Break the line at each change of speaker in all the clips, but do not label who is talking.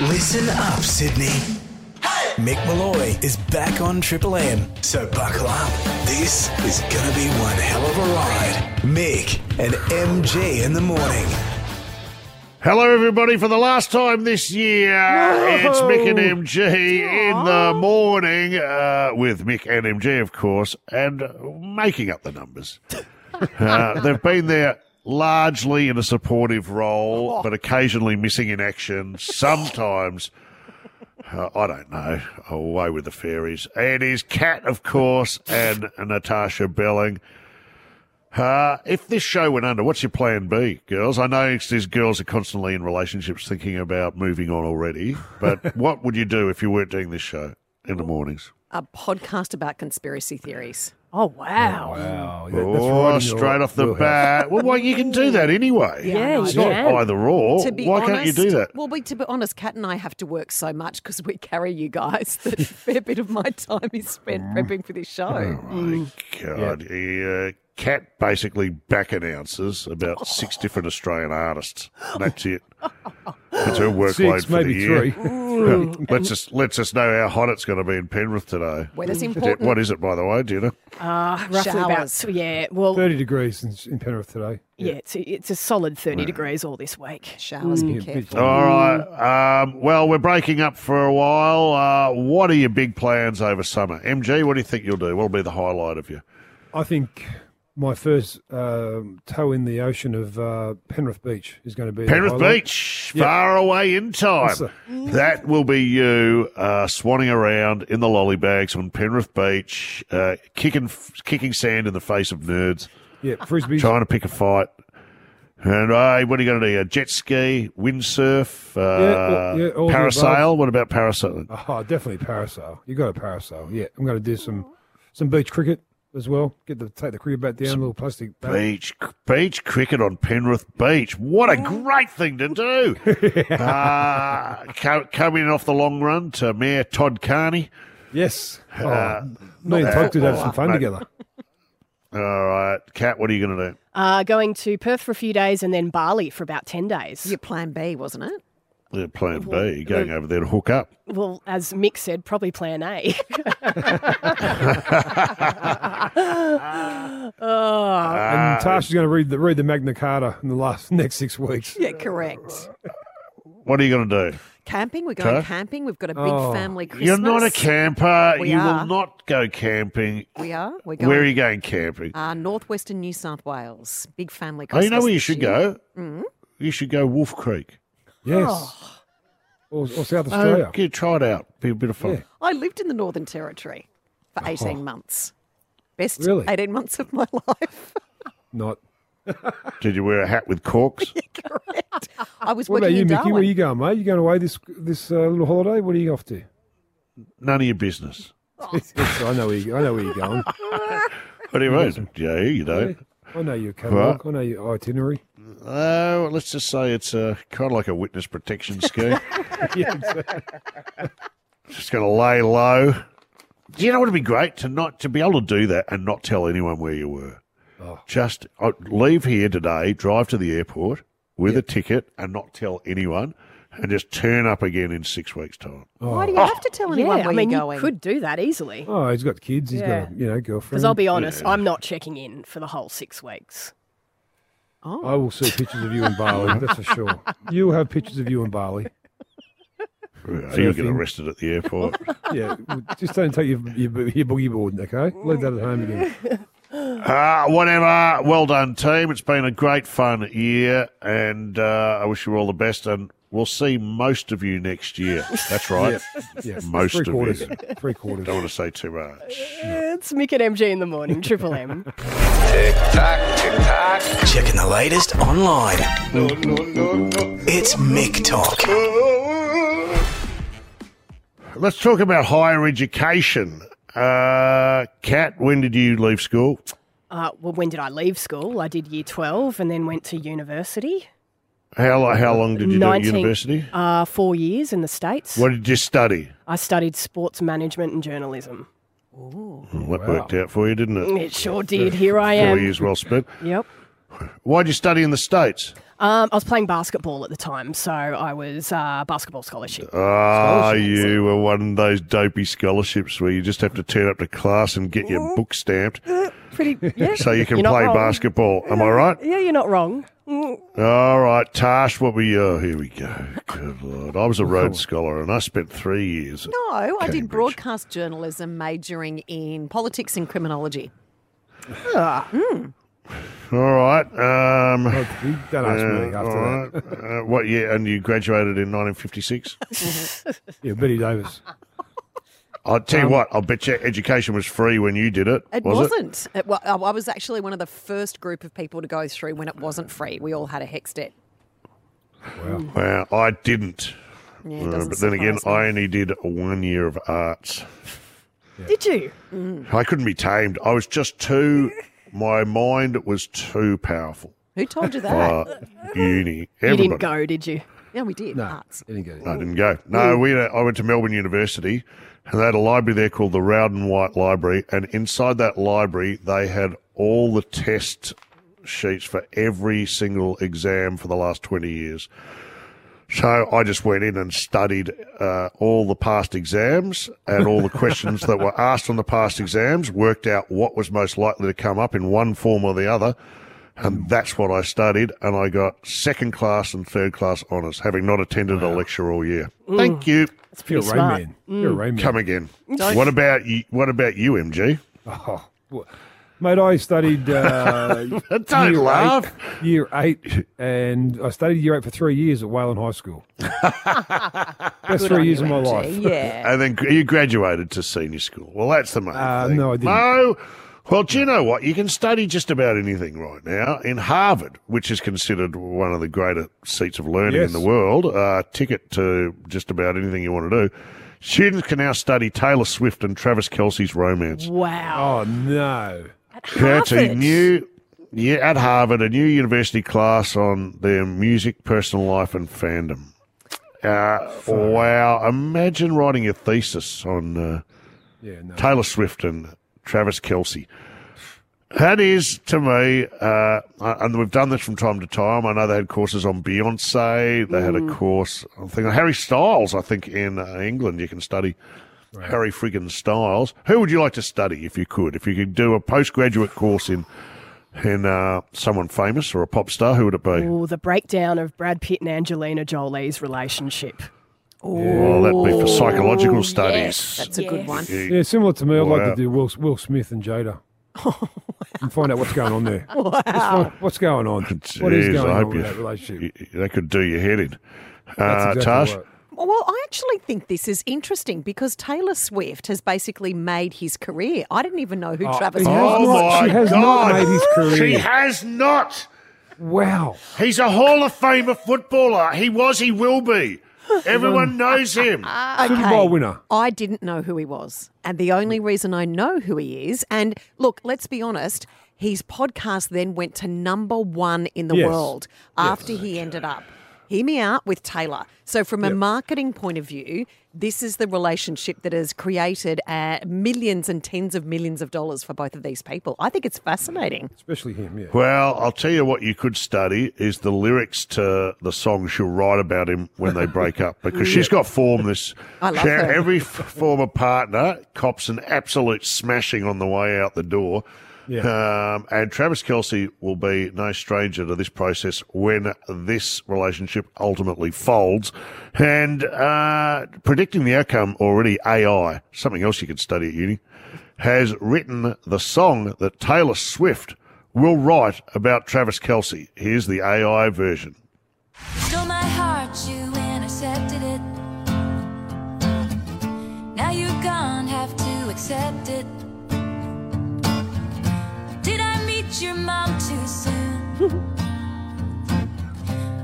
Listen up, Sydney. Mick Malloy is back on Triple M, so buckle up. This is gonna be one hell of a ride. Mick and MG in the morning.
Hello, everybody, for the last time this year. It's Mick and MG in the morning uh, with Mick and MG, of course, and making up the numbers. uh, they've been there largely in a supportive role, but occasionally missing in action. Sometimes, uh, I don't know, away with the fairies. And his cat, of course, and Natasha Belling. Uh, if this show went under, what's your plan B, girls? I know it's these girls are constantly in relationships thinking about moving on already, but what would you do if you weren't doing this show in the mornings?
a podcast about conspiracy theories.
Oh wow!
Wow.
Oh, straight off the bat. Well, why you can do that anyway.
Yeah, I know.
it's not
Yeah.
either or.
To be
why
honest,
can't you do that?
Well, we, to be honest, Kat and I have to work so much because we carry you guys that a fair bit of my time is spent
Mm.
prepping for this show.
Oh My
Mm.
God. Yeah. Cat basically back announces about six different Australian artists. And that's it. That's her workload
Six,
for the
maybe
year.
three.
Yeah. let's just let's just know how hot it's going to be in Penrith today.
Weather's
Is it-
important.
What is it, by the way? Do you know?
Ah, roughly
Showers.
about yeah. Well,
30 degrees in, in Penrith today.
yeah, it's a, it's a solid thirty degrees all this week.
Showers,
Mm.
be
Yeah, big
careful.
time.
All right. Um, well, we're breaking up for a while. Uh, what are your big plans over summer, MG? What do you think you'll do? What'll be the highlight of you?
I think my first um, toe in the ocean of uh, Penrith Beach is going to be the
Penrith
highlight.
Beach, far away in time.
Yes, sir.
that will be you uh, swanning around in the lolly bags on Penrith Beach, uh, kicking kicking sand in the face of nerds.
Yeah, frisbees.
trying to pick a fight. And hey, what are you going to do? A jet ski, windsurf, uh,
Yeah, yeah, all the
parasail? What about parasail?
Oh, definitely parasail. You got a parasail. Yeah, I'm going to do some some beach cricket as well. Get the take the cricket bat down, little plastic bat.
Beach, beach cricket on Penrith Beach. What a great thing to do! uh, co- coming off the long run to Mayor Todd Carney.
Yes. Oh,
Uh,
me and Todd could
footballer,
have some fun
mate.
together.
All right, Kat, what are you going to do?
Uh, going to Perth for a few days and then Bali for about ten days.
Your plan B, wasn't it?
They're playing B, going over there to hook up.
Well, as Mick said, probably Plan A. oh,
and Tasha's going to read the read the Magna Carta in the last next six weeks.
Yeah, correct.
What are you going to do?
Camping, we're going
Okay.
camping. We've got a big
Oh.
family Christmas.
You're not a camper.
We
you
are.
will not go camping.
We are. We're going.
Where are you going camping?
Uh, northwestern New South Wales. Big family
Oh,
Christmas.
you know where you
this
should
year.
go? You should go Wolf Creek.
Yes. Or, or South
Oh,
Australia.
get, try it out. Be a bit of fun.
I lived in the Northern Territory for
Oh.
18 months. Best
Really?
18 months of my life.
Not.
Did you wear a hat with corks?
Correct. I was
What
working
about you,
in
Mickey?
Darwin.
Where you going, mate? You going away this this uh, little holiday? What are you off to?
None of your business.
Yes, I know where you, I know where you're going.
What do you mean? Yeah, you
Yeah,
don't.
I know your catalog. I know your itinerary.
Oh, well, let's just say it's uh, kind of like a witness protection scheme.
Yeah, exactly.
just going to lay low. Do you know what would be great to not to be able to do that and not tell anyone where you were? Just uh, leave here today, drive to the airport with a ticket, and not tell anyone, and just turn up again in six weeks' time.
Why
Oh.
do you have to tell anyone
yeah.
where
I mean,
you're
you
going?
could do that easily.
Mm,
Oh, he's got kids. He's
Yeah.
got a, you know girlfriend.
Because I'll be honest, I'm not checking in for the whole six weeks.
I will see pictures of you in Bali. that's for sure. You will have pictures of you in Bali.
Yeah, You'll get
Surfing.
arrested at the airport.
Yeah, well, just don't take your your, bo- your boogie board, okay? Leave that at home again.
Uh, whatever. Well done, team. It's been a great fun year, and uh, I wish you all the best. And we'll see most of you next year. That's right.
Yeah,
Most
three
of
quarters.
it.
Three quarters.
Don't want to say too much.
It's Mick and MG in the morning, Triple M.
Tick tock, tick tock.
Checking the latest online. It's Mick Talk.
Let's talk about higher education. Uh, Kat, when did you leave school?
Uh, well, when did I leave school? I did year 12 and then went to university.
How lo- how long did you do at university?
Uh, four years in the States.
What did you study?
I studied sports management and journalism.
Well, that worked out for you, didn't it?
It sure did. Here I
Four
am.
years well spent.
Yep.
Why'd you study in the states?
Um, I was playing basketball at the time, so I was uh, basketball scholarship.
Ah, you were one of those dopey scholarships where you just have to turn up to class and get
Mm.
your book stamped
Pretty, yeah.
so you can
You're not
play
wrong.
basketball. Am I right?
Yeah, you're not wrong.
All right, Tash, what were you? Oh, here we go. Good Lord. I was a Rhodes Scholar and I spent three years. at-
No, I
Cambridge.
did broadcast journalism, majoring in politics and criminology.
All right. Um,
You Don't ask me
uh,
after
all
that.
right. Uh, what year? And you graduated in 1956?
Yeah, Betty Davis.
I'll tell you what, I'll bet you education was free when you did it.
Um, It
was it?
wasn't. It? wa- I I was actually one of the first group of people to go through when it wasn't free. We all had a hex debt.
Well, I didn't.
Yeah, it
Uh,
doesn't
but then again,
surprise me.
I only did one year of arts.
Did you?
I couldn't be tamed. I was just too, my mind was too powerful.
Who told you that?
Uh, uni. Everybody.
You didn't go, did you?
yeah, we did. Arts.
Didn't get it.
I didn't go. No,
Hmm.
we. had a- I went to Melbourne University, and they had a library there called the Rowden White Library. And inside that library, they had all the test sheets for every single exam for the last twenty years. So I just went in and studied uh, all the past exams and all the questions that were asked on the past exams. Worked out what was most likely to come up in one form or the other. And that's what I studied, and I got second class and third class honours, having not attended a lecture all year. Thank you.
That's
You're
pretty
a
smart.
Rayman. You're a Rayman.
Come again. What about you? What about you, MG?
Oh, well, mate, I studied. Uh,
Don't
year
laugh.
Eight, year eight, and I studied year eight for three years at Wayland High School. Best
on
three years
you,
of my
MG.
life.
Yeah.
And then you graduated to senior school. Well, that's the main
Uh,
thing.
no, I didn't.
No. Well, do you know what? You can study just about anything right now in Harvard, which is considered one of the greater seats of learning in
Yes.
the world. Uh, ticket to just about anything you want to do. Students can now study Taylor Swift and Travis Kelsey's romance.
Wow.
Oh no!
That's a
Harvard.
new, yeah, at Harvard, a new university class on their music, personal life, and fandom. Uh, wow! Imagine writing a thesis on uh,
Yeah, no.
Taylor Swift and Travis Kelsey. That is to me, uh, and we've done this from time to time. I know they had courses on Beyonce. They had
Mm.
a course, I think, on Harry Styles. I think in uh, England you can study Harry friggin' Styles. Who would you like to study if you could? If you could do a postgraduate course in in uh, someone famous or a pop star, who would it be?
Ooh, the breakdown of Brad Pitt and Angelina Jolie's relationship.
Well, Oh, that'd be for psychological
Yes,
studies.
that's a good one.
Yeah, similar to me. I'd like
Wow.
to do Will, Will Smith and Jada. And find out what's going on there. Wow. What's going on? what is
Jeez,
going
I
on
hope
with
you,
that relationship?
you- you- that could do your head in. Uh,
That's exactly
Tash,
right.
Well, I actually think this is interesting because Taylor Swift has basically made his career. I didn't even know who Travis
he
was.
has
Oh
not-
my
she has not
God.
made his career.
She has not.
Wow.
He's a Hall of Famer footballer. He was, he will be. Everyone knows him.
Super Bowl winner.
I didn't know who he was. And the only reason I know who he is, and look, let's be honest, his podcast then went to number one in the
Yes.
world after he ended up. Hear me out with Taylor. So, from a marketing point of view, this is the relationship that has created uh, millions and tens of millions of dollars for both of these people. I think it's fascinating.
Especially him, yeah.
Well, I'll tell you what you could study is the lyrics to the song she'll write about him when they break up because she's got form this.
I love
she-
her.
Every f- former partner cops an absolute smashing on the way out the door.
Yeah.
Um, and Travis Kelsey will be no stranger to this process when this relationship ultimately folds. And uh, predicting the outcome already, AI, something else you could study at uni, has written the song that Taylor Swift will write about Travis Kelsey. Here's the AI version.
Stole my heart, you intercepted it. Now you're gone, have to accept it. Did I meet your mom too soon?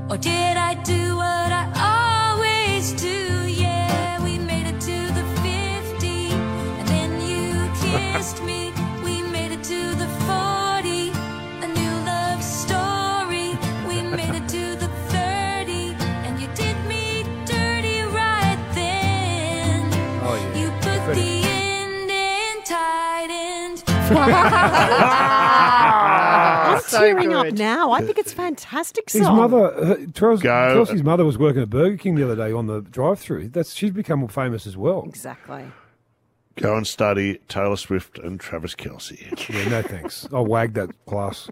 or did I do what I always do? Yeah, we made it to the 50, and then you kissed me. We made it to the 40, a new love story. We made it to the 30, and you did me dirty right then.
Oh, yeah.
You put the end in tight end.
I I'm tearing up
good.
now. I think it's a fantastic song.
Ah, His mother, uh, her, Terrell's,
Go.
Kelsey's mother was working at Burger King the other day on the drive-through. That's she's become famous as well.
Exactly.
Go and study Taylor Swift and Travis Kelsey.
Yeah, no thanks. I'll wag that class.